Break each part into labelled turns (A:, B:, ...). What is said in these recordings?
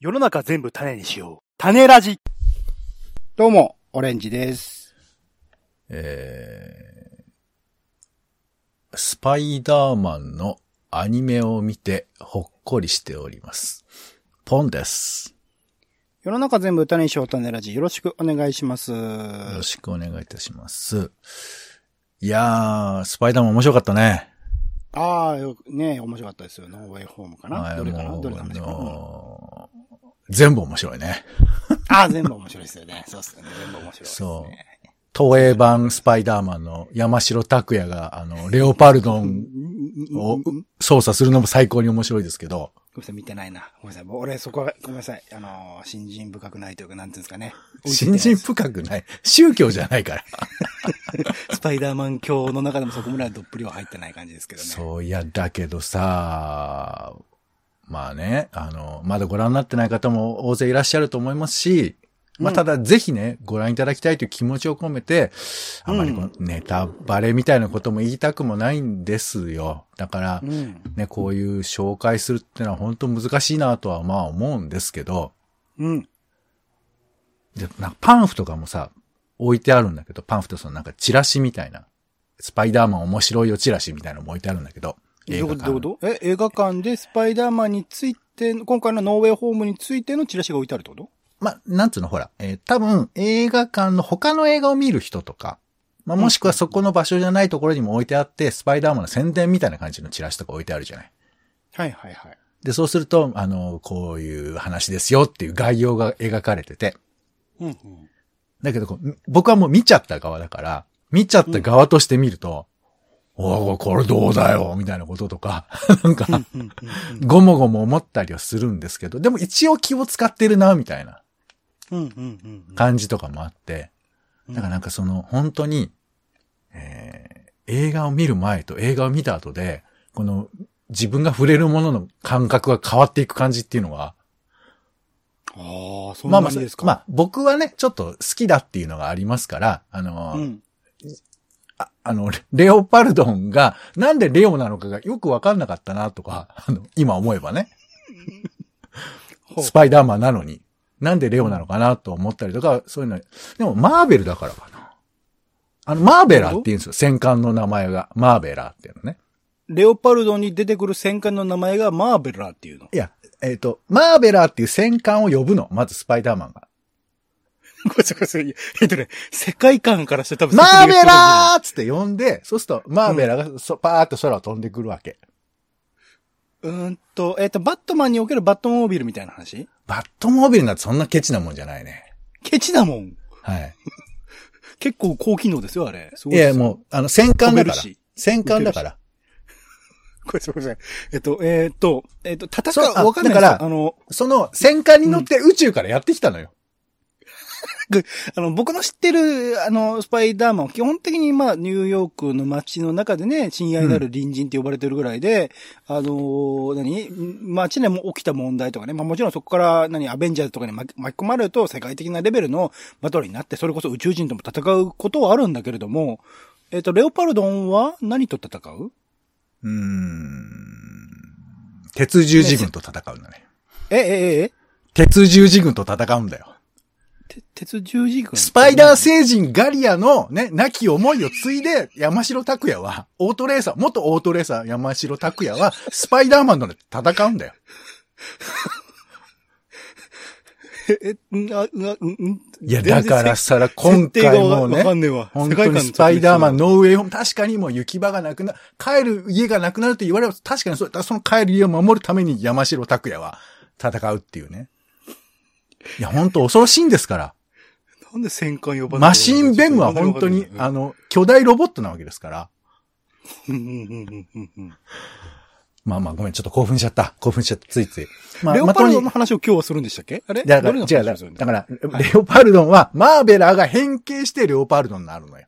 A: 世の中全部種にしよう。種ラジ。
B: どうも、オレンジです。
C: えー、スパイダーマンのアニメを見てほっこりしております。ポンです。
B: 世の中全部歌にしようタネラジ。よろしくお願いします。
C: よろしくお願いいたします。いやー、スパイダーマン面白かったね。
B: ああ、よね面白かったですよ。ノーウェイホームか
C: は
B: な。
C: い
B: どれかな
C: もう
B: どれの話かな。うん
C: あのー全部面白いね。
B: ああ、全部面白いですよね。そうですね。全部面白いです
C: そう
B: ね。
C: 東映版スパイダーマンの山城拓也が、あ の、レオパルド
B: う
C: ン
B: ん
C: を
B: うんうんごめん
C: 操作するのも最高に面白いですけど、
B: なさい、見てないな。ごめんなさい。もう俺、そこは、ごめんなさい。あのー、新人深くないというか、なんていうんですかね。
C: 新人深くない。宗教じゃないから。
B: スパイダーマン教の中でもそこぐらいどっぷりは入ってない感じですけどね。
C: そういや、だけどさ、まあね、あの、まだご覧になってない方も大勢いらっしゃると思いますし、ま
B: う
C: あ、
B: ん
C: ただ、ぜひね、ご覧いただきたいという気持ちを込めて、あまりこうネタバレみたいなことも言いたくもないんですよ。だから
B: う、ん。
C: ね、こういう紹介するってのは本当難しいなとはまあ思うんですけど、
B: うん。
C: でなんかパンフとかもさ、置いてあるんだけど、パンフとそのなんかチラシみたいな、スパイダーマン面白いよチラシみたいなのも置いてあるんだけど、
B: どういうこと
C: 館
B: どういうことえ、映画館でスパイダーマンについての、今回のノーウェイホームについてのチラシが置いてあるってこと
C: まあ、なんつうの、ほら、えー多分映画館の他の映画を見る人とか、まあ、もしくはそこの場所じゃないところにも置いてあって、スパイダーマンの宣伝みたいな感じのチラシとか置いてあるじゃない。
B: はいはいはい。
C: で、そうすると、あの、こういう話ですよっていう概要が描かれてて、
B: うんうん。
C: だけどこう、僕はもう見ちゃった側だから、見ちゃった側として見ると、おおこれどうだよみたいなこととか、なんか、
B: うんうんうん
C: ごもごも思ったりはするんですけど、でも一応気を使ってるな、みたいな
B: うんうんうん
C: 感じとかもあって、
B: うん。
C: だからなんかその、本当に、えー映画を見る前と映画を見た後で、この、自分が触れるものの感覚が変わっていく感じっていうのは、
B: ああ、そんな
C: まあまあ、
B: にですか
C: まあ、僕はね、ちょっと好きだっていうのがありますから、あのー、
B: うん。
C: ああの、レレオパルドンが、なんでレオなのかがよくわかんなかったなとか、あの、今思えばね、
B: ほう
C: スパイダーマンなのに、なんでレオなのかなと思ったりとか、そういうの、でもマーベルだからかな。あの、マーベラって言うんですよ、戦艦の名前が。マーベラっていうのね。
B: レオパルドに出てくる戦艦の名前がマーベラーっていうの。
C: いや、えっ、と、マーベラっていう戦艦を呼ぶの。まずスパイダーマンが。
B: ごめんなさいごめんなさい。えっとね、世界観からして多分
C: マーベ
B: 説明が
C: ラーっつって呼んで、そうすると、マーベラがそ、パーっと空を飛んでくるわけ。
B: つかないうーんと、えっと、バットマンにおけるバットモービルみたいな話
C: バットモービルなんてそんなケチなもんじゃないね。
B: ケチだもん。
C: はい。
B: 結構高機能ですよ、あれ。すご
C: いや、
B: ですよ
C: もう、あの、戦艦
B: 飛べ
C: だから
B: るし。
C: 戦艦だから。
B: ごめんなさいごめんなさい。えっと、えっと、えっと、戦
C: そう
B: う、
C: あ
B: わかんないです
C: だか
B: よ。
C: ら
B: あの、
C: その戦艦に乗って宇宙からやってきたのよ。
B: あの、僕の知ってる、あの、スパイダーマンは基本的に、まあ、ニューヨークの街の中でね、親愛なる隣人って呼ばれてるぐらいで、あのー、何街でも起きた問題とかね、まあもちろんそこから、何、アベンジャーズとかに巻き巻き込まれると世界的なレベルのバトルになって、それこそ宇宙人とも戦うことはあるんだけれども、えっ、と、レオパルドンは何と戦う
C: うーん。鉄十字軍と戦うんだね。
B: え、え、え、え、
C: 鉄十字軍と戦うんだよ。
B: て鉄十字軍
C: スパイダー星人ガリアのね、亡き思いを継いで、山城拓也は、オートレーサー、元オートレーサー山城拓也は、スパイダーマンと戦うんだよ。
B: え、え、んあ、うんあ、うんうん、
C: いや、だからさら、今
B: 設定
C: 回
B: がわ
C: もね
B: わか、んねえわ。
C: 本当にスパイダーマン、ノーウェイホーム、確かにもう行き場がなくな、帰る家がなくなるって言われれば、確かにそう、だからその帰る家を守るために山城拓也は戦うっていうね。いや、本当恐ろしいんで すから。
B: なんで戦艦呼ばない
C: マシンベムは本当に、あの、巨大ロボットなわけですから。
B: うんうんうんうんうん
C: まあまあ、ごめん、ちょっと興奮しちゃった。興奮しちゃった、ついつい。
B: うん。
C: まあ、
B: レオパルドン
C: ま
B: の
C: あ
B: 話を今日はするんでしたっけあれ
C: とにだか
B: ど
C: ら、
B: れ
C: 違
B: の
C: う、
B: 話
C: だ
B: を
C: から
B: するんだ
C: だから、レオパルドンは、マーベラーが変形してレオパルドンになるのよ。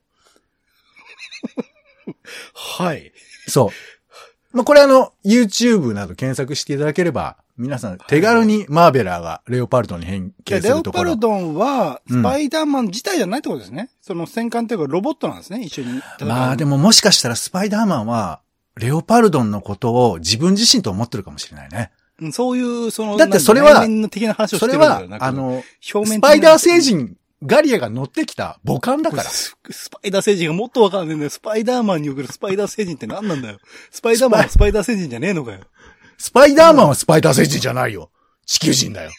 B: はい。
C: そう。まあ、これあの、YouTube など検索していただければ、皆さん手軽にマーベラーがレオパルドに変形す
B: レ
C: る
B: オ
C: と
B: パ
C: ころ
B: ル。ドンは、
C: うん
B: スパイダーマン自体じゃないってことですね。その戦艦というかロボットなんですね、一緒に。
C: まあで
B: も。
C: ももしかしたらスパイダーマンは、レオパルドンのことを自分自身と思ってるかもしれないね。
B: うんそういう、その、
C: だってそれは
B: 内面の的な話をし
C: そ
B: て
C: れ
B: るんだ
C: は
B: よ、な
C: あ、の、
B: 表面的
C: ス
B: な
C: パイダー星人、ガリアが乗ってきた母艦だから。
B: ススパイダー星人がもっとわかんねえんだよ。スパイダーマンにおけるスパイダー星人って何なんだよ。スパイダーマンはスパイダー星人じゃねえのかよ。
C: スパイダーマンはスパイダー星人じゃないよ。地球人 だよ。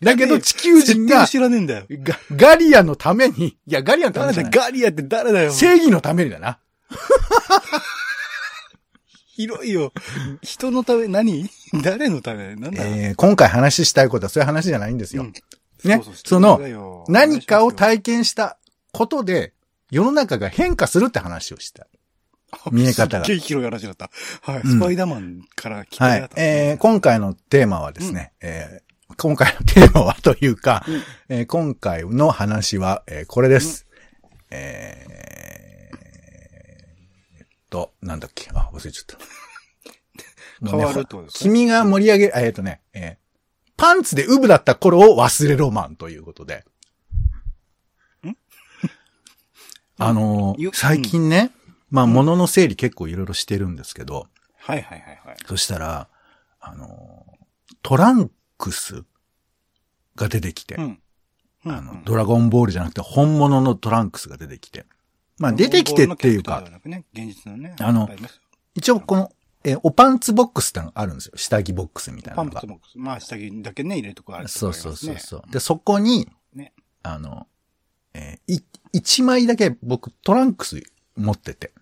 C: だけど地球人
B: 絶対
C: が、
B: 知らねえんだよ。
C: がガリアのために、いや、ガリアのため
B: 誰だよ
C: じゃな
B: ガ
C: い、
B: リアって誰だよ。
C: 正義のためにだな。
B: 広いよ。人のため、何 誰のためなんだ
C: えー今回話したいことはそういう話じゃないんですよ。
B: うん
C: ね
B: うう
C: その
B: 人だよ
C: 何かを
B: お願いし
C: 体験したことで、世の中が変化するって話をした。
B: ますよ
C: 見え方 が
B: すっげえ広い話だった。はい。
C: うん
B: スパイダーマンから来た
C: は
B: や
C: い
B: っ。た
C: えー今回のテーマはですね、えー今回のテーマはというか、
B: うん
C: えー今回の話は、えーこれです。えーえっと、なんだっけ、あ、忘れちゃった。
B: 変わる
C: もう
B: っ
C: ね
B: てことですね。
C: 君が盛り上げ、えーっとね、えーパンツでウブだった頃を忘れロマンということで。あのー
B: よ
C: 最近ね、まあ、物の整理結構いろいろしてるんですけど、
B: はいはいはいはい。
C: そしたら、あの、トランクスが出てきて、
B: うん。うん
C: あ
B: うん
C: の、ドラゴンボールじゃなくて本物のトランクスが出てきて。まあ出てきてっていう
B: ドラゴンボールのキャラクターではなく
C: か、
B: ね、現実のね。
C: あの
B: いっぱいりますよ
C: 一応この、えーおパンツボックスってのがあるんですよ。下着ボックスみたい
B: パ
C: なの
B: ン
C: が
B: ツ。ボックス。まあ、下着だけね、入れるとこあるとこ
C: そ
B: あ
C: う
B: ります
C: そ
B: ね
C: うそうそう。で、そこに、
B: ね
C: あの、えーい、一枚だけ僕トランクス持ってて。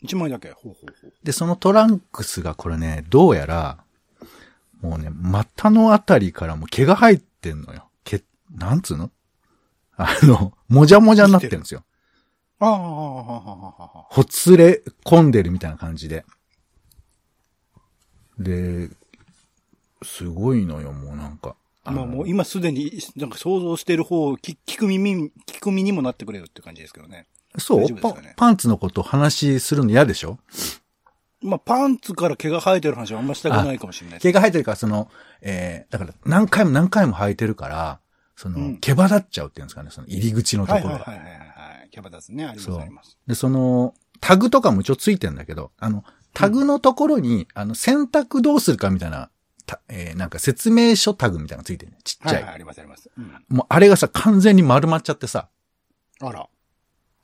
B: 一枚だけ。ほうほうほう。
C: で、そのトランクスがこれね、どうやら、もうね、股のあたりからもう毛が入ってんのよ。毛、なんつうの あの、もじゃもじゃになってるんですよ。
B: ああ、ああ、ああ、ああ。
C: ほつれ込んでるみたいな感じで。で、すごいのよ、もうなんか。あ
B: まあ
C: の
B: もう今すでに、なんか想像してる方を聞聞く耳、聞く耳にもなってくれよって感じですけどね。
C: そう、
B: 大丈夫で
C: パ
B: すかね
C: パンツのこと話するの嫌でしょ
B: まあパンツから毛が生えてる話はあんましたくないかもしれないです。
C: 毛が生えてるから、その、えー、だから何回も何回も生えてるから、その、
B: うん
C: 毛羽立っちゃうっていうんですかね、その入り口のとこ
B: はい
C: ろ
B: はい
C: が。
B: はいはいはい。キャバダスね、ありま
C: そ
B: す
C: う
B: あります。
C: で、その、タグとかも一応ついてんだけど、あの、タグのところに、あの、選択どうするかみたいな、たえーなんか説明書タグみたいなのついてるね。ちっ
B: は
C: ちゃい。
B: いはい、ありますあります。うん。
C: もうあれがさ、完全に丸まっちゃってさ、
B: あら。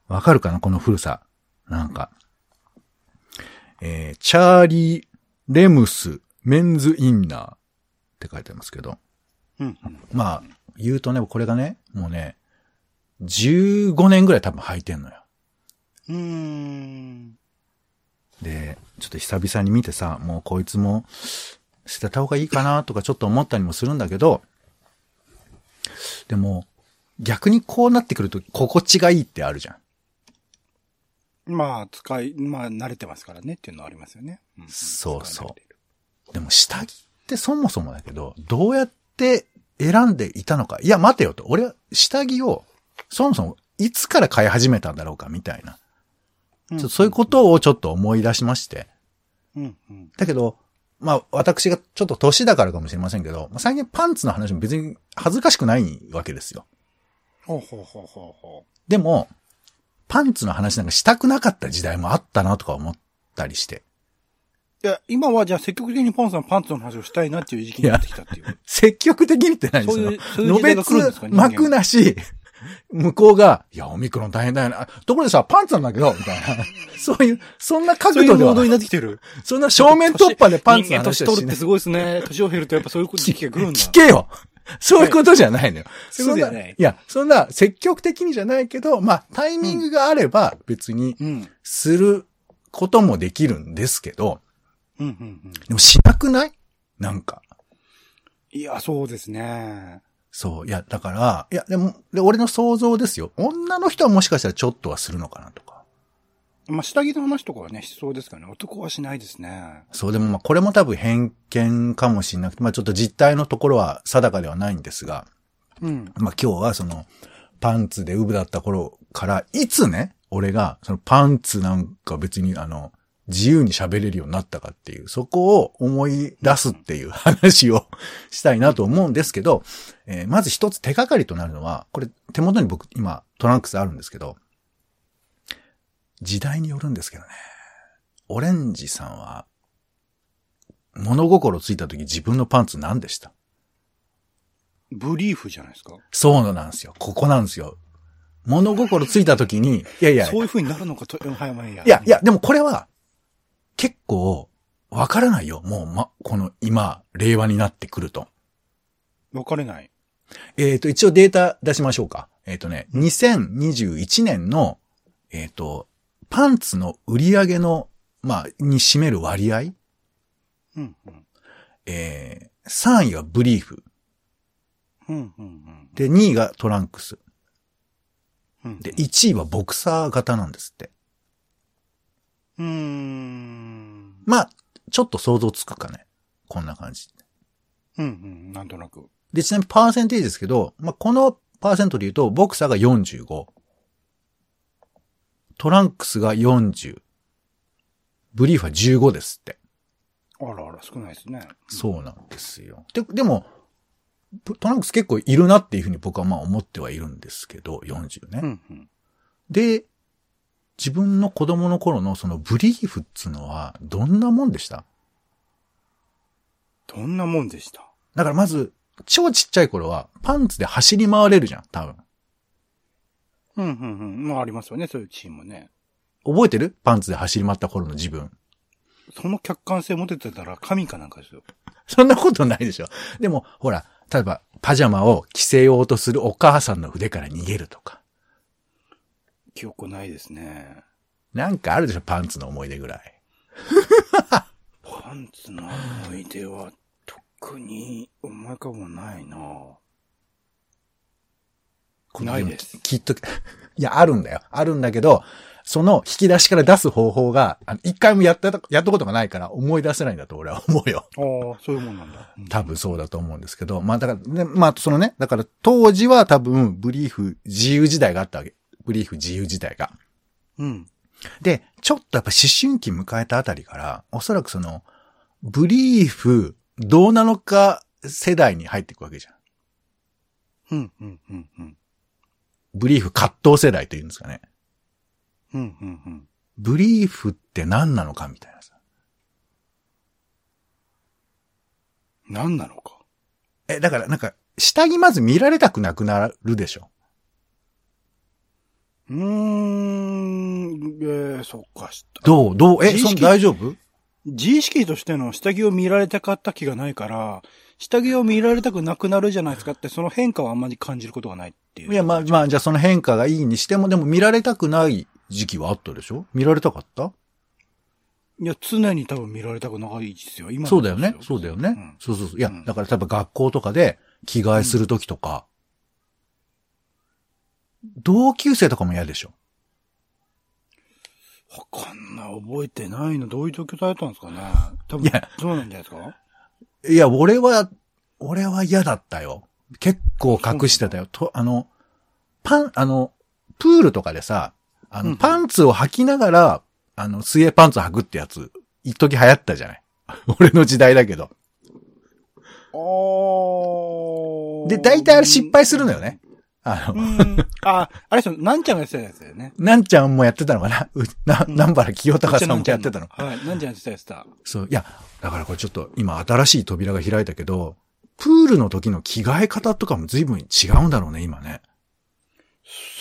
C: わかるかなこの古さ。なんか。えー、チャーリー・レムス・メンズ・インナーって書いてありますけど。
B: うんうん。
C: まあ、言うとね、これがね、もうね、15年ぐらい多分履いてんのよ。
B: うーん。
C: で、ちょっと久々に見てさ、もうこいつも捨てた方がいいかなとかちょっと思ったりもするんだけど、でも、逆にこうなってくると心地がいいってあるじゃん。
B: まあ、使い、まあ、慣れてますからねっていうのはありますよね。うん
C: そうそ
B: 使い
C: う
B: 慣れてる
C: でも下着ってそもそもだけど、どうやって選んでいたのか。いや、待てよと。俺は下着を、そもそもいつから買い始めたんだろうかみたいな。
B: うん
C: ちょそういうことをちょっと思い出しまして。
B: うんうん。
C: だけど、まあ、私がちょっと年だからかもしれませんけど、まあ最近パンツの話も別に恥ずかしくないわけですよ。
B: ほうほうほうほうほ
C: でも、パンツの話なんかしたくなかった時代もあったなとか思ったりして。
B: う。いや、今はじゃあ積極的にポンさんパンツの話をしたいなっていう時期になってきたっていう。
C: 積極的にって何
B: そういう、そういう
C: の
B: 時
C: べ
B: 代が来るんです
C: つ
B: か人間は
C: 幕なし、向こうが、いや、オミクロン大変だよな。あところでさ、パンツなんだけど、みたいな。そういう、 そんな角
B: そういう
C: 度で
B: モ
C: は
B: ード
C: ない
B: になってきてる。
C: そんな正面突破でパンツ
B: 人
C: の
B: 間年
C: 話を
B: 取
C: し
B: るっ
C: な
B: て
C: い。
B: すごいですね。年を減るとやっぱそういう時期が来るんだ。
C: 聞けよそういうことじゃないのよ。
B: そういうことじゃない
C: んいや、そんな積極的にじゃないけど、まあ、タイミングがあれば別に
B: うん。うん、
C: することもできるんですけど、
B: うん、うん。
C: でもしなくないなんか。
B: いや、そうですね。
C: そう。いや、だから、いや、でも、で俺の想像ですよ。女の人はもしかしたらちょっとはするのかなとか。
B: まあ、下着の話とかはね、しそうですからね。男はしないですね。
C: そう、でもまあ、これも多分偏見かもしれなくて、まあ、ちょっと実態のところは定かではないんですが、
B: うん。
C: まあ今日はその、パンツでウブだった頃から、いつね、俺が、そのパンツなんか別にあの、自由に喋れるようになったかっていう、そこを思い出すっていう話をしたいなと思うんですけど、えーまず一つ手がかりとなるのは、これ手元に僕今トランクスあるんですけど、時代によるんですけどね、オレンジさんは、物心ついた時自分のパンツ何でした
B: ブリーフじゃないですか。
C: そうなんですよ。ここなんですよ。物心ついた時に、いやいや、
B: そういう風になるのかと、 はいはいはい
C: いや、いや、でもこれは、結構、わからないよ。もう、ま、この今、令和になってくると。
B: 分かれない。
C: えっ、と、一応データ出しましょうか。えっ、とね、2021年の、えっ、と、パンツの売り上げの、まあ、に占める割合、
B: うん、うん。
C: えー、3位がブリーフ。
B: うん、うん、
C: で、2位がトランクス。
B: うん。
C: で、1位はボクサー型なんですって。
B: うーん。
C: まあ、ちょっと想像つくかね。こんな感じ。
B: うん、うん。なんとなく。
C: で、ちなみにパーセンテージですけど、まあ、このパーセントで言うと、ボクサーが45。トランクスが40。ブリーフは15ですって。
B: あらあら、少ないですね。
C: そうなんですよ。で、でも、ブトランクス結構いるなっていうふうに僕はまあ思ってはいるんですけど、40ね。
B: うん、うん。
C: で、自分の子供の頃のそのブリーフっつうのはどんなもんでした
B: どんなもんでした
C: だからまず、超ちっちゃい頃はパンツで走り回れるじゃん、多分。
B: うん、うん、うん。まあ、ありますよね、そういうチームね。
C: 覚えてるパンツで走り回った頃の自分。
B: その客観性持ててたら神かなんかですよ。
C: そんなことないでしょ。でも、ほら、例えば、パジャマを着せようとするお母さんの腕から逃げるとか。
B: 記憶ないですね。
C: なんかあるでしょ、パンツの思い出ぐらい。
B: パンツの思い出は特に思い浮かばないなないです。
C: きっと、い や、あるんだよ。あるんだけど、その引き出しから出す方法が、あの一回もやったと、やったことがないから思い出せないんだと俺は思 うよ。
B: ああ、そういうもんなんだ。
C: 多分そうだと思うんですけど、まあだから、ね、まあそのね、だから当時は多分ブリーフ自由時代があったわけ。ブリーフ自由時代が。
B: うん。
C: で、ちょっとやっぱ思春期迎えたあたりから、おそらくその、ブリーフ、どうなのか世代に入っていくわけじゃん。
B: うん、うん、うん、うん。
C: ブリーフ葛藤世代というんですかね。
B: うん、うん、うん。
C: ブリーフって何なのかみたいなさ。
B: 何なのか。
C: え、だからなんか、下着まず見られたくなくなるでしょ。
B: うーん、えー、そっか、した
C: どうどうえ、
B: 自意
C: そん
B: 識
C: 大丈夫
B: 自意識としての下着を見られたかった気がないから、下着を見られたくなくなるじゃないですかって、その変化はあんまり感じることがないっていう。
C: いや、まあまあ、じゃあその変化がいいにしても、でも見られたくない時期はあったでしょ見られたかった
B: いや、常に多分見られたくないですよ。今も
C: そうだよね
B: で。す
C: そうだよね。
B: ん
C: そうそうそう。いや、
B: うん
C: だから多分学校とかで着替えするときとか、同級生とかも嫌でしょ
B: わかんない。覚えてないの。どういう状況だったんですかね。多
C: い
B: 分
C: や、
B: そうなんじゃないですか
C: いや、俺は、俺は嫌だったよ。結構隠してたよ。と、あの、パン、あの、プールとかでさ、あ
B: う
C: の、
B: ん
C: パンツを履きながら、あの、水泳パンツを履くってやつ、一時流行ったじゃない。 俺の時代だけど。
B: あ
C: で、大体あれ失。敗するのよね。あ
B: う
C: の、
B: ん。あ、あれですよ。なんちゃんがやってたやつだよね。
C: なんちゃんもやってたのかなうな、
B: うん
C: なんばら清隆さんもやってたの。
B: はい。なんちゃんやってたやつだ。
C: そう、いや、だからこれちょっと今新しい扉が開いたけど、プールの時の着替え方とかも随分違うんだろうね、今ね。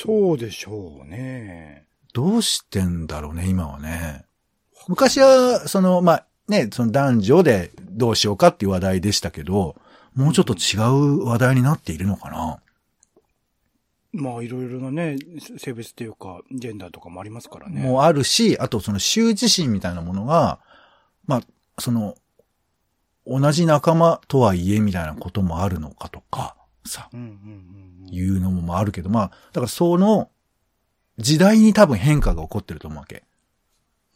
B: そうでしょうね。
C: どうしてんだろうね、今はね。昔は、その、まあ、ね、その男女でどうしようかっていう話題でしたけど、もうちょっと違う話題になっているのかな。
B: まあ、いろいろなね、性別というか、ジェンダーとかもありますからね。
C: もうあるし、あとその羞恥心みたいなものが、まあ、その、同じ仲間とはいえみたいなこともあるのかとか、さ、
B: うんうんうんうん。
C: いうのもあるけど、まあ、だからその、時代に多分変化が起こってると思うわけ。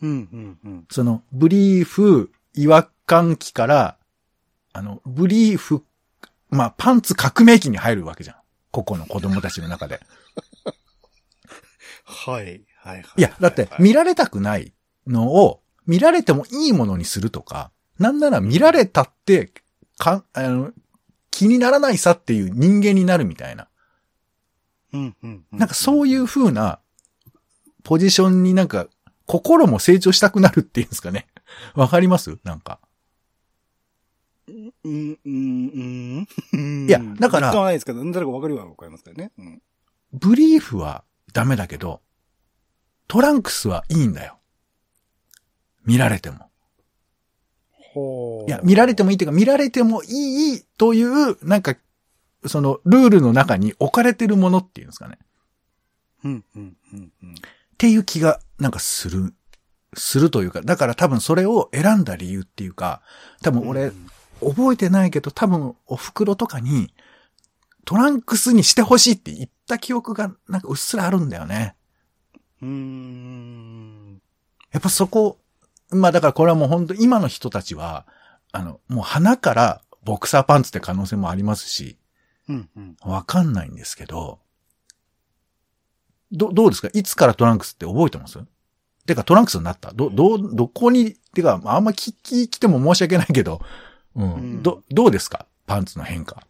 B: うんうんうん。
C: その、ブリーフ、違和感期から、あの、ブリーフ、まあ、パンツ革命期に入るわけじゃん。ここの子供たちの中で。
B: はい。はいはい。
C: いや、だって
B: はい、
C: 見られたくないのを、見られてもいいものにするとか、なんなら見られたって、か、あの、気にならないさっていう人間になるみたいな。
B: うんうんう。
C: なんかそう
B: い
C: いう風な、ポジションになんか、心も成長したくなるっていうんですかね。わかりますなんか。
B: うん、うん、うん。
C: いやだから
B: 使わないですけど、誰かわかるようなわかりますからね。うん。
C: ブリーフはダメだけど、トランクスはいいんだよ。見られても。
B: ほ
C: いや、見られてもいいっていうか、見られてもいいという、なんか、その、ルールの中に置かれてるものっていうんですかね。
B: うん、うん、うん、うん。
C: っていう気が、なんかする、するというか、だから多分それを選んだ理由っていうか、多分俺、覚えてないけど、多分お袋とかに、トランクスにしてほしいって言った記憶が、なんかうっすらあるんだよね。
B: うーん。
C: やっぱそこ、まあだからこれはもう本当今の人たちは、あの、もう花からボクサーパンツって可能性もありますし、
B: うん、うん。
C: わかんないんですけど、ど、どうですかいつからトランクスって覚えてますてかトランクスになったど、どう、どこに、てか、あんま聞き、来ても申し訳ないけど、うん、
B: うん
C: ど、どうですかパンツの変化。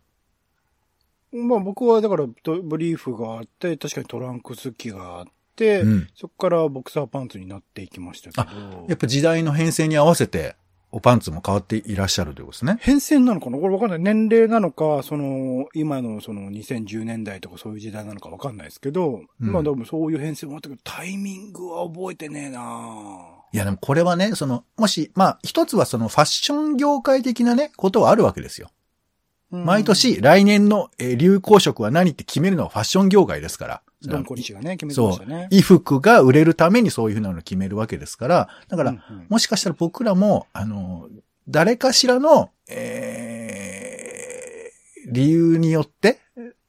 B: まあ僕はだからとブリーフがあって、確かにトランクス機があって、
C: うん
B: そこからボクサーパンツになっていきましたけど
C: やっ、ぱ時代の変遷に合わせて、おパンツも変わっていらっしゃるということですね。
B: 変遷なのかなこれわかんない。年齢なのか、その、今のその2010年代とかそういう時代なのかわかんないですけど、
C: うん
B: まあでもそういう変遷もあったけど、タイミングは覚えてねえなぁ
C: いや、でもこれはね、その、もし、まあ、一つはそのファッション業界的なね、ことはあるわけですよ。
B: うん
C: 毎、年、来年のえー流行色は何って決めるのはファッション業界ですから。
B: ドンコリ氏がね、決めてましたね。
C: 衣服が売れるためにそういうふうなのを決めるわけですから、
B: だ
C: だから、もしかしたら僕らも、あの、誰かしらの、えー、理由によって、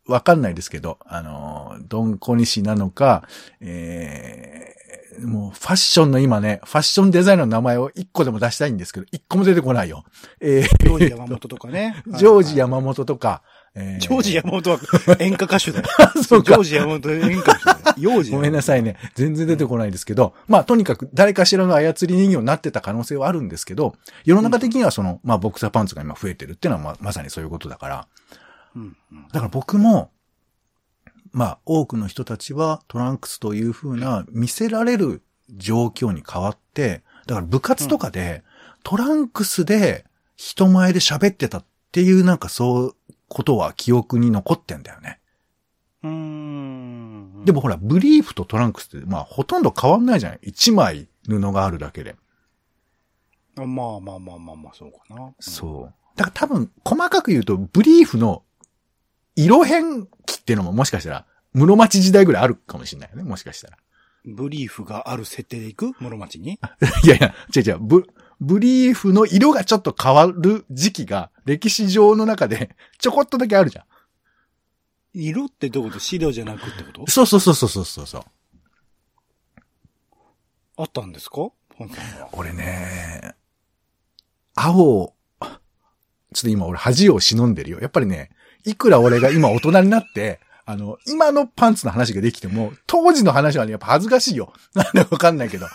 C: わかんないですけど、あの、ドンコニシなのか、えー、もうファッションの今ね、ファッションデザイナーの名前を一個でも出したいんですけど、一個も出てこないよ。え。
B: ジョージ山本とかね
C: ジョージ
B: はい
C: 山本とか、え
B: はいジョージ山本は演歌歌手だよ。
C: 本 そう
B: ジョ
C: か
B: ー。ジ山本は演歌歌手だよ。幼児。
C: ごめんないさいね。全然出てこないですけど、まあとにかく誰かしらの操り人形になってた可能性はあるんですけど、世の中的にはその、まあボクサーパンツが今増えてるっていうのはままさにそういうことだから、
B: うんうん
C: だから僕も、まあ多くの人たちはトランクスという風な見せられる状況に変わって、だから部活とかで、トランクスで人前で喋ってたっていうなんかそう、ことは記憶に残ってんだよね。
B: うーん
C: でもほら、ブリーフとトランクスって、まあ、ほとんど変わんないじゃない一枚布があるだけで。
B: あまあまあまあまあまあ、そうかな。
C: そう。だから多分、細かく言うと、ブリーフの色変期っていうのももしかしたら、室町時代ぐらいあるかもしれないよね、もしかしたら。
B: ブリーフがある設定で行く室町に
C: いやいや、違う違う、ブ、ブリーフの色がちょっと変わる時期が、歴史上の中で、ちょこっとだけあるじゃん。
B: 色ってどういうこと資料じゃなくってこと
C: そうそうそうそうそうそう。
B: あったんですか本当は。
C: 俺ね、青を、ちょっと今俺恥を忍んでるよ。やっぱりね、いくら俺が今大人になって、あの、今のパンツの話ができても、当時の話はね、やっぱ恥ずかしいよ。なんでわかんないけど。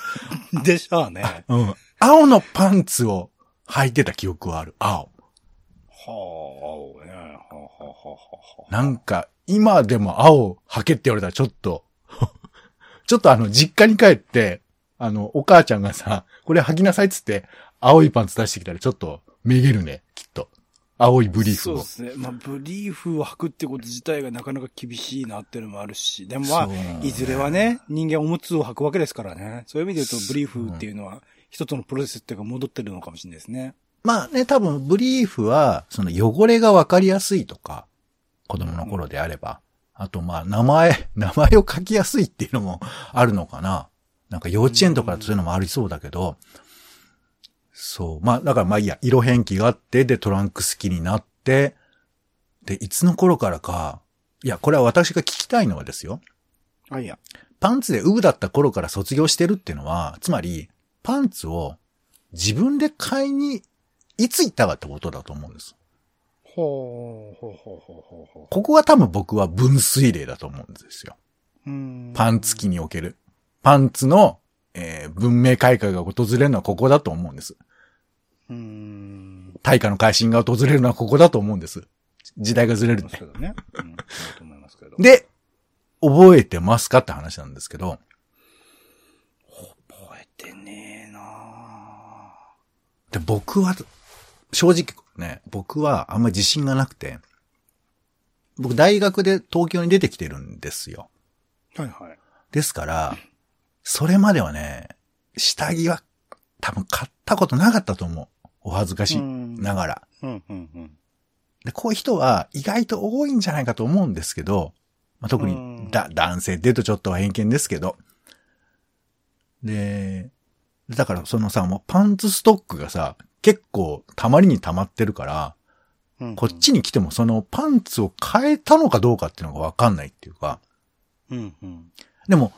B: でしょうね。は
C: うん。青のパンツを履いてた記憶はある。青。
B: あ、青ね。はあ、はあ、はあ、はあ。
C: なんか、今でも青履けって言われたらちょっと、 ちょっとあの、実家に帰って、あの、お母ちゃんがさ、これ履きなさいっつって、青いパンツ出してきたらちょっと、めげるね、きっと。青いブリーフ
B: そう
C: を。
B: ですね。まあ、ブリーフを履くってこと自体がなかなか厳しいなっていうのもあるし、でもまあ
C: そうなん、だ
B: いずれはね、人間おむつを履くわけですからね。そういう意味で言うと、ブリーフっていうのは、人とのプロセスっていうか戻ってるのかもしれないですね。
C: まあね、多分、ブリーフは、その汚れがわかりやすいとか、子供の頃であれば。あと、まあ、名前、 名前を書きやすいっていうのもあるのかな。なんか幼稚園とかだとそういうのもありそうだけど、そう。まあ、だからまあいいや、色変化があって、で、トランクスきになって、で、いつの頃からか、いや、これは私が聞きたいのはですよ。
B: あ、いや。
C: パンツでウブだった頃から卒業してるっていうのは、つまり、パンツを自分で買いに、いつ行ったかってことだと思うんです。
B: ほう、ほうほうほうほうほ
C: ここが多分僕は分水嶺だと思うんですよ。
B: う。うん
C: パンツ期における。パンツの、えー文明開化が訪れるのはここだと思うんです。
B: うん。
C: 大化の改新が訪れるのはここだと思うんです。時代がずれる
B: 思いま
C: ん
B: すけ。
C: で
B: どね。うん。そうだと思いますけど。
C: で、覚えてますかって話なんですけど、
B: 覚えてねえな
C: で僕は、正直、ね、僕はあんまり自信がなくて、僕大学で東京に出てきてるんですよ。
B: はいはい。
C: ですから、それまではね、下着は多分買ったことなかったと思う。お恥ずかしい
B: うん
C: ながら。
B: うんうんうん。
C: で、こういう人は意外と多いんじゃないかと思うんですけど、まあ、特
B: う
C: に
B: ん
C: だ、男性でとちょっとは偏見ですけど。で、だからそのさ、もうパンツストックがさ、結構たまりに溜まってるから、
B: うん
C: こっ。ちに来てもそのパンツを変えたのかどうかっていうのがわかんないっていうか、
B: うんうん。
C: でも、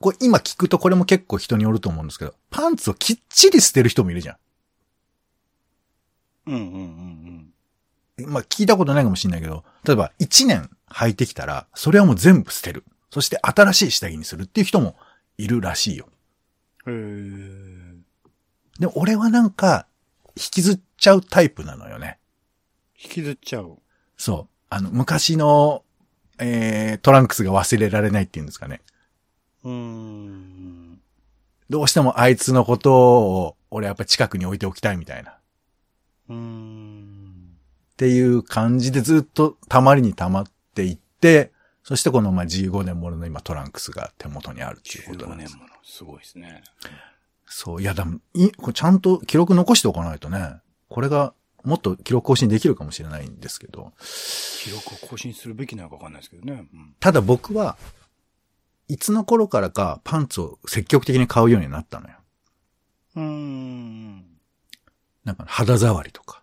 C: これ今聞くとこれも結構人によると思うんですけど、パンツをきっちり捨てる人もいるじゃん。
B: うんうんうん
C: まあ聞いたことないかもしれないけど、例えば1年履いてきたら、それはもう全部捨てる。そして新しい下着にするっていう人もいるらしいよ。
B: うん。へえ。
C: で、俺はなんか、引きずっちゃうタイプなのよね。
B: 引きずっちゃう。
C: そう。あの、昔の、えー、トランクスが忘れられないっていうんですかね。
B: うーん。
C: どうしてもあいつのことを、俺やっぱ近くに置いておきたいみたいな。
B: うーん。
C: っていう感じでずっと溜まりに溜まっていって、そしてこのまあ15年ものの今トランクスが手元にあるっていうこと
B: 15
C: なんです
B: 年。もの。すごいですね。
C: そう、いやでも、い、これちゃんと記録残しておかないとね、これがもっと記録更新できるかもしれないんですけど、
B: 記録を更新するべきなのかわかんないですけどね。うん
C: ただ僕はいつの頃からかパンツを積極的に買うようになったのよ。
B: うーん。
C: なんか肌触りとか、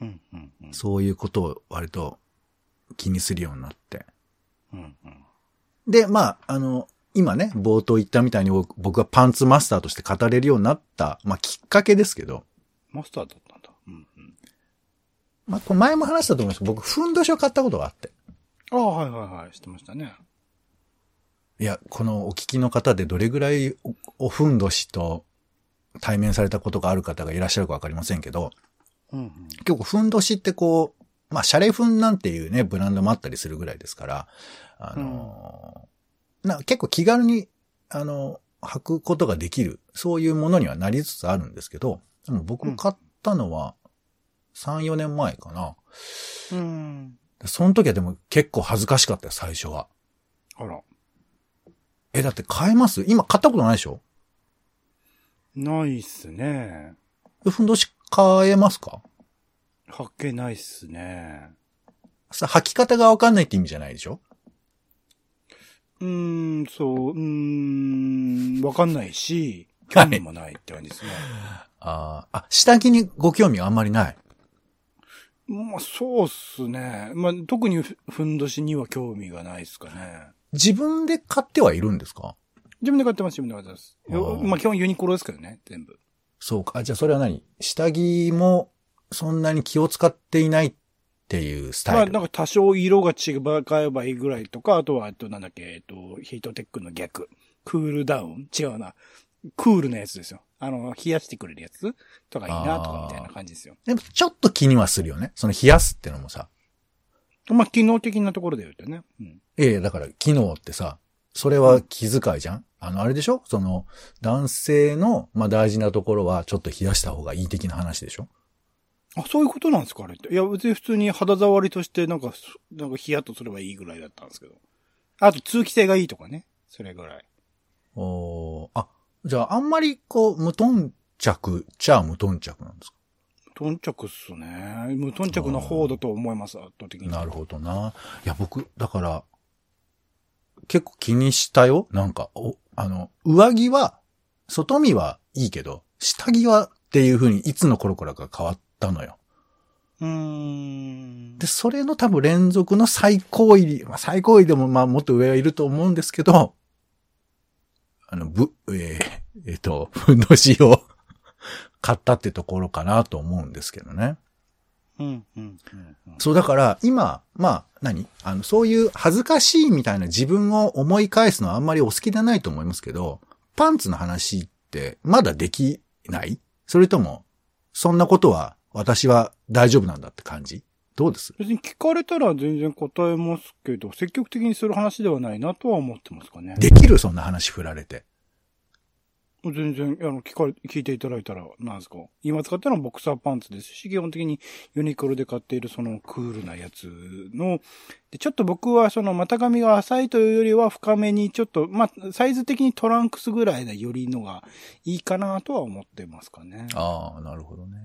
B: うんうんうん。
C: そういうことを割と気にするようになって。
B: うんうん。
C: で、まあ、あの、今ね、冒頭言ったみたいに僕僕はパンツマスターとして語れるようになった、まあ、きっかけですけど、
B: マスターだったんだ。うんうん。
C: まあ、これ前も話したと思うんですけど、僕、ふんどしを買ったことがあって。
B: ああ、はいはいはい。してましたね。
C: いや、このお聞きの方でどれぐらいおおふんどしと対面されたことがある方がいらっしゃるかわかりませんけど、
B: うんうん。
C: 結構ふんどしってこう、まあ、シャレふんなんていうね、ブランドもあったりするぐらいですから、あのーな結構気軽に、あの履くことができる、そういうものにはなりつつあるんですけど、でも僕買ったのは3、4年前かな。
B: うん。
C: その時はでも結構恥ずかしかったよ、最初は。
B: あら。
C: え、だって買えます今買ったことないでしょ
B: ないっすね。
C: ふんどし買えますか
B: 発見ないっすね。
C: さ、履き方がわかんないって意味じゃないでしょ
B: うーん、そう、う ーん、わかんないし、興味もないって感じですね。
C: あーあ、下着にご興味があんまりない。
B: まあ、そうっすね。まあ、特にふふんどしには興味がないっすかね。
C: 自分で買ってはいるんですか
B: 自分で買ってます、自分で買ってます。よ
C: あー
B: まあ、基本ユニクロですけどね、全部。
C: そうか。あじゃあそれは何下着もそんなに気を使っていないっていうス
B: ま
C: タ
B: あ、
C: イル。
B: なんか多少色が違う、買えばいいぐらいとか、あとは、えっと、なんだっけ、えっと、ヒートテックの逆。クールダウン違うな。クールなやつですよ。あの、冷やしてくれるやつとかいいな、とか
C: あー
B: みたいな感じですよ。
C: でもちょっと気にはするよね。その冷やすってのもさ。
B: まあ、機能的なところで言うとね。うん。
C: いやいや、だから機能ってさ、それは気遣いじゃん、あの、あれでしょその、男性の、まあ、大事なところはちょっと冷やした方がいい的な話でしょ
B: あ、そういうことなんですかあれって。いや、別に普通に肌触りとして、なんか、そなんかヒヤッとすればいいぐらいだったんですけど。あと、通気性がいいとかね。それぐらい。
C: おーあ、じゃああんまりこう、無頓着っちゃ無頓着なんですか
B: 頓着っすね。無頓着の方だと思います、圧倒的に。
C: なるほどな。いや、僕、だから、結構気にしたよ。なんか、お、あの、上着は、外見はいいけど、下着はっていう風にいつの頃からか変わったのよ。
B: うーん。
C: で、それの多分連続の最高位、まあ、最高位でもまあもっと上はいると思うんですけど、あの、ぶ、えーえっと、 ふんどしを買ったってところかなと思うんですけどね。
B: うん、うん、うんうん。
C: そう、だから、今、まあ、何あの、そういう恥ずかしいみたいな自分を思い返すのはあんまりお好きじゃないと思いますけど、パンツの話ってまだできないそれとも、そんなことは私は大丈夫なんだって感じどうです
B: 別に聞かれたら全然答えますけど、積極的にする話ではないなとは思ってますかね。
C: できるそんな話振られて。
B: 全然、あの、聞かれ、聞いていただいたら、なんですか今使ってるのはボクサーパンツですし、基本的にユニクロで買っているそのクールなやつの、でちょっと僕はその股上が浅いというよりは深めにちょっと、まあ、サイズ的にトランクスぐらいなよりのがいいかなとは思ってますかね。
C: ああ、なるほどね。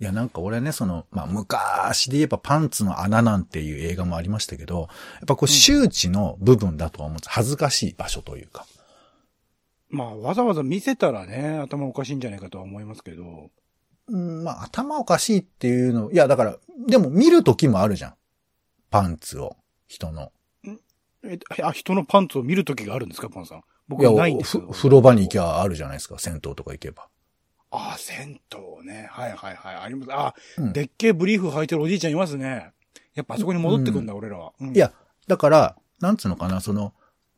C: いや、なんか俺ね、その、まあ、昔で言えばパンツの穴なんていう映画もありましたけど、やっぱこう、周知の部分だとは思うんです。恥ずかしい場所というか。
B: まあ、わざわざ見せたらね、頭おかしいんじゃないかとは思いますけど。
C: うん、まあ、頭おかしいっていうの、いや、だから、でも見る時もあるじゃん。パンツを、人の。
B: え、あ、人のパンツを見る時があるんですか、パンさん。
C: い
B: 僕
C: や
B: はないんです
C: ふ
B: よ
C: 風呂場に行きゃあるじゃないですか、銭湯とか行けば。
B: ああ、銭湯ね。はいはいはい。あります。あ、
C: うん
B: でっけえブリーフ履いてるおじいちゃんいますね。やっぱあそこに戻ってくんだ、俺らは。うん
C: い、や、だから、なんつうのかな、その、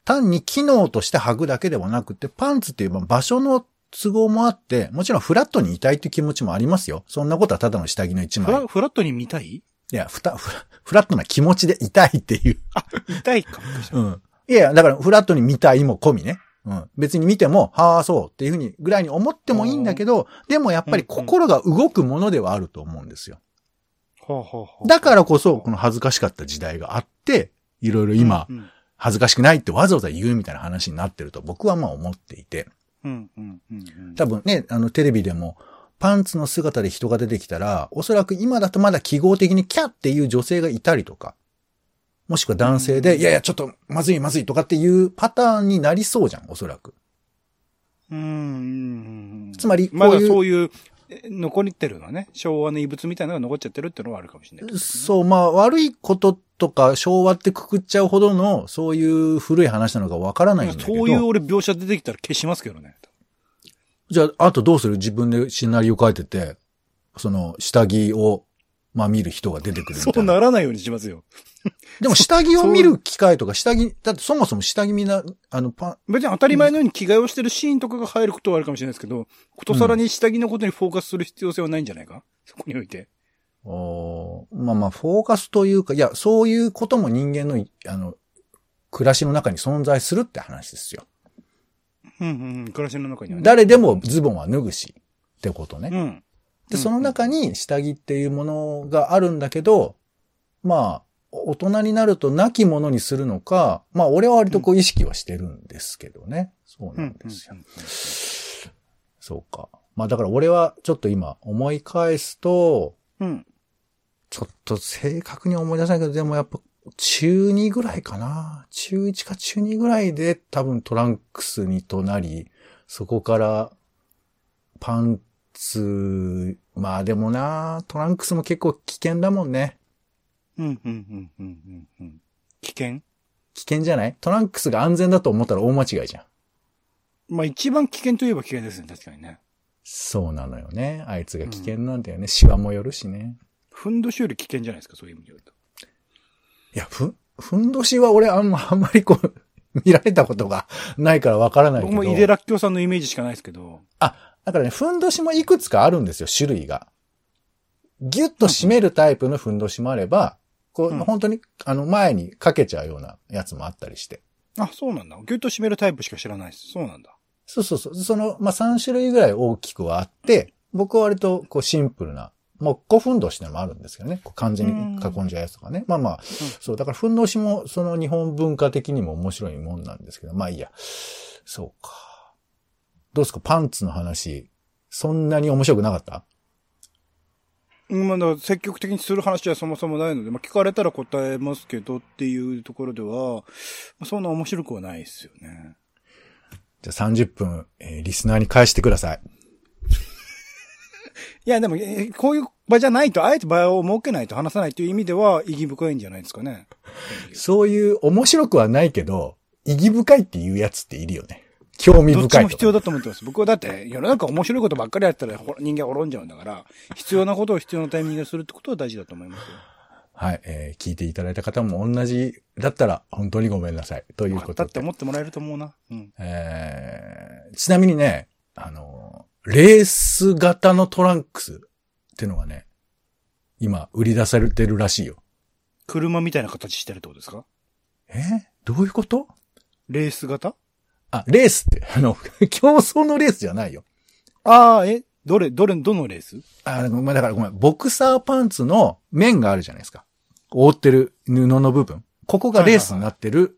C: 単に機能として履くだけではなくて、パンツっていうまあ場所の都合もあって、もちろんフラットにいたいっていう気持ちもありますよ。そんなことはただの下着の一
B: フ
C: 枚
B: ラ。フラットに見たい
C: いや、ふた、ふらフラットな気持ちでいたいっていう。
B: 見たいかもしれない。
C: うん。いやいや、だからフラットに見たいも込みね。うん。別に見ても、はあ、そうっていうふうに、ぐらいに思ってもいいんだけど、でもやっぱり心が動くものではあると思うんですよ。
B: ほうほうほう
C: だからこそ、この恥ずかしかった時代があって、いろいろ今、
B: うん
C: 恥ずかしくないってわざわざ言うみたいな話になってると僕はまあ思っていて、
B: うんうんうんうん
C: 多分ね、あのテレビでもパンツの姿で人が出てきたら、おそらく今だとまだ記号的にキャッっていう女性がいたりとか、もしくは男性で、いやいや、ちょっとまずいまずいとかっていうパターンになりそうじゃん、おそらく。
B: うんうんうん
C: つまりこうい
B: ま
C: う
B: だそういう、え残ってるのね。昭和の遺物みたいなのが残っちゃってるってのはあるかもしれない。
C: そう、まあ悪いこととか昭和ってくくっちゃうほどのそういう古い話なのかわからないんだけど。
B: そういう俺描写出てきたら消しますけどね。
C: じゃあ、あとどうする自分でシナリオ書いてて、その、下着を、まあ見る人が出てくるみたいな。
B: そうならないようにしますよ。
C: でも下着を見る機会とか、下着、だってそもそも下着みんな、あの、パン、
B: 別に当たり前のように着替えをしてるシーンとかが入ることはあるかもしれないですけど、ことさらに下着のことにフォーカスする必要性はないんじゃないかそこにおいて。
C: おーまあまあ、フォーカスというか、いや、そういうことも人間のい、あの、暮らしの中に存在するって話ですよ。
B: うんうんうん。暮らしの中にはね。
C: 誰でもズボンは脱ぐし、ってことね。
B: うん。う
C: で、
B: ん
C: その中に下着っていうものがあるんだけど、まあ、大人になるとなきものにするのか、まあ、俺は割とこう意識はしてるんですけどね。そう
B: う
C: なん
B: ん。
C: ですよ。そうか。まあ、だから俺はちょっと今思い返すと、
B: うん。
C: ちょっと正確に思い出せないけど、でもやっぱ中2ぐらいかな。中1か中2ぐらいで多分トランクスにとなり、そこからパンツ、まあでもな、トランクスも結構危険だもんね。
B: うん。うん。うん。うんうん。うん。危険
C: 危険じゃないトランクスが安全だと思ったら大間違いじゃん。
B: まあ一番危険といえば危険ですね。確かにね。
C: そうなのよね。あいつが危険なんだよね。シワもよるしね。
B: ふんどしより危険じゃないですか、そういう意味で言うと。
C: いや、ふ、ふんどしは俺あんま、あんまりこう、 見られたことがないからわからないけど。
B: 僕も井出らっきょうさんのイメージしかないですけど。
C: あ、だからね、ふんどしもいくつかあるんですよ、種類が。ぎゅっと締めるタイプのふんどしもあれば、こう、
B: うん
C: 本当に、あの、前にかけちゃうようなやつもあったりして。
B: あ、そうなんだ。ぎゅっと締めるタイプしか知らないです。そうなんだ。
C: そうそうそう。その、まあ、3種類ぐらい大きくはあって、僕は割と、こう、シンプルな、もう、古ふんどしってのもあるんですけどね。こう完全に囲んじゃうやつとかね。まあまあ、そう、だから、ふんどしも、その日本文化的にも面白いもんなんですけど、まあいいや。そうか。どうですか、パンツの話、そんなに面白くなかった
B: うんまあ、だから積極的にする話はそもそもないので、まあ、聞かれたら答えますけどっていうところでは、まあ、そんな面白くはないですよね。
C: じゃあ30分、えーリスナーに返してください。
B: いや、でも、えこういう場じゃないと、あえて場を設けないと話さないという意味では意義深いんじゃないですかね。
C: そういう面白くはないけど、意義深いっていうやつっているよね。興味
B: どっ
C: 深いとか
B: ちも必要だと思ってます。僕はだって、世の中面白いことばっかりやったらほら人間は滅んじゃうんだから、必要なことを必要なタイミングでするってことは大事だと思いますよ。
C: はい、えー聞いていただいた方も同じだったら本当にごめんなさい。という
B: よか
C: こ
B: った
C: と
B: って
C: で。
B: 思ってもらえると思うな。うん。
C: えーちなみにね、あのーレース型のトランクスってのがね、今売り出されてるらしいよ。
B: 車みたいな形してるってことですか
C: えどういうこと
B: レース型
C: あ、レースって、あの、 競争のレースじゃないよ。
B: ああ、え、どれ、どれ、どのレース
C: あの、まあ、だからごめん、ボクサーパンツの面があるじゃないですか。覆ってる布の部分。ここがレースになってる。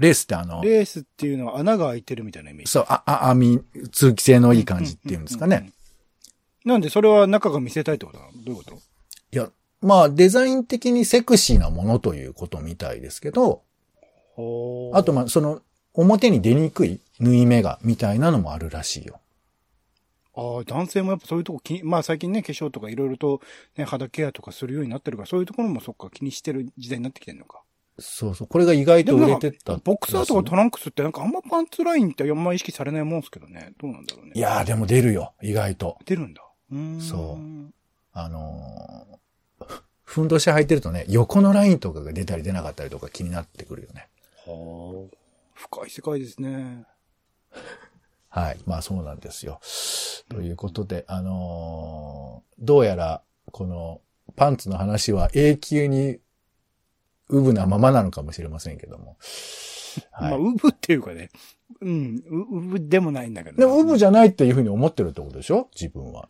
C: レースってあの、
B: レースっていうのは穴が開いてるみたいなイメージ。
C: そう、あ、あ、網、通気性のいい感じっていうんですか
B: うんうんう
C: ね
B: ん。うん。なんで、それは中が見せたいってことなのどういうこと
C: いや、まあ、デザイン的にセクシーなものということみたいですけど、
B: ほ
C: あと、まあ、その、表に出にくい縫い目が、みたいなのもあるらしいよ。
B: ああ、男性もやっぱそういうとこ気に、まあ最近ね、化粧とかいろいろと、ね、肌ケアとかするようになってるから、そういうところもそっか気にしてる時代になってきてるのか。
C: そうそう。これが意外
B: で
C: と
B: も
C: 売
B: な
C: れ
B: ん
C: てっ
B: か
C: た。
B: ボクサーとかトランクスってなんかあんまパンツラインってあんま意識されないもんですけどね。どうなんだろうね。
C: いやー、でも出るよ。意外と。
B: 出るんだ。うーん。
C: そあのーふんどし履いてるとね、横のラインとかが出たり出なかったりとか気になってくるよね。
B: はあ。深い世界ですね。
C: はい。まあそうなんですよ。ということで、あのーどうやら、この、パンツの話は永久に、うぶなままなのかもしれませんけども。はい。
B: まあ、ウブっていうかね。うん。ウウブでもないんだけど、
C: でも、うぶじゃないっていうふうに思ってるってことでしょ自分は。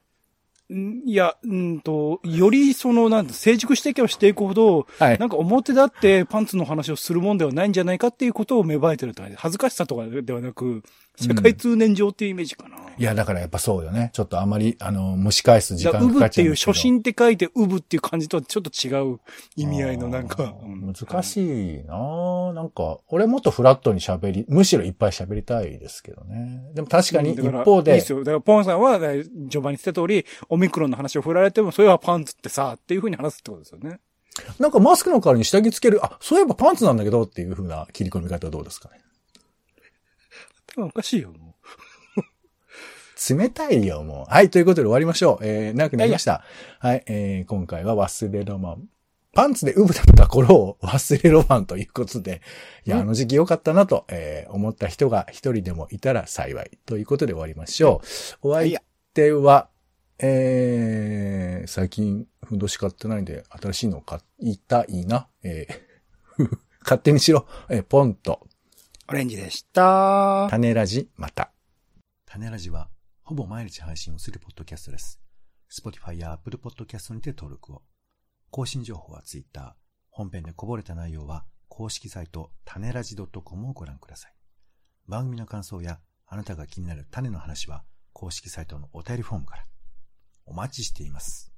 B: うんいや、うんと、よりその、なんて成熟していけばしていくほど、
C: はい
B: なんか表だってパンツの話をするもんではないんじゃないかっていうことを芽生えてると。恥ずかしさとかではなく、社会通念上っていうイメージかな。
C: いや、だからやっぱそうよね。ちょっとあまり、あの、蒸し返す時
B: じゃ
C: 間
B: あ、ウ
C: か
B: ブ
C: かっ
B: って
C: ちゃ
B: い
C: いうますけど
B: 初心って書いてウブっていう感じとはちょっと違う意味合いのなん
C: あ
B: か
C: ー。
B: うん
C: 難しいなぁなんか、俺もっとフラットに喋り、むしろいっぱい喋りたいですけどね。でも確かに一
B: だら
C: 方
B: い
C: で、
B: いですよ。だから、ポンさんは、だから序盤に言ってた通り、オミクロンの話を振られても、それはパンツってさ、っていうふうに話すってことですよね。
C: なんかマスクの代わりに下着つける、あ、そういえばパンツなんだけどっていう風な切り込み方はどうですかね。
B: 多分おかしいよ、も
C: 冷たいよ、もう。はい、ということで終わりましょう。えー、長くなりました。はい、えー、今回は忘れロマン。パンツでウブだった頃を忘れロマンということで、いや、あの時期良かったなと、えー、思った人が一人でもいたら幸い。ということで終わりましょう。お相手は、えー、最近、ふんどし買ってないんで、新しいのを買いたいな。えー、 勝手にしろ。えー、ポンと、
B: う。オレンジでした。
C: 種ラジ、また。
D: 種ラジは、ほぼ毎日配信をするポッドキャストです。Spotify や Apple Podcast にて登録を。更新情報は Twitter。本編でこぼれた内容は、公式サイト、種ラジ .com をご覧ください。番組の感想や、あなたが気になる種の話は、公式サイトのお便りフォームから。お待ちしています。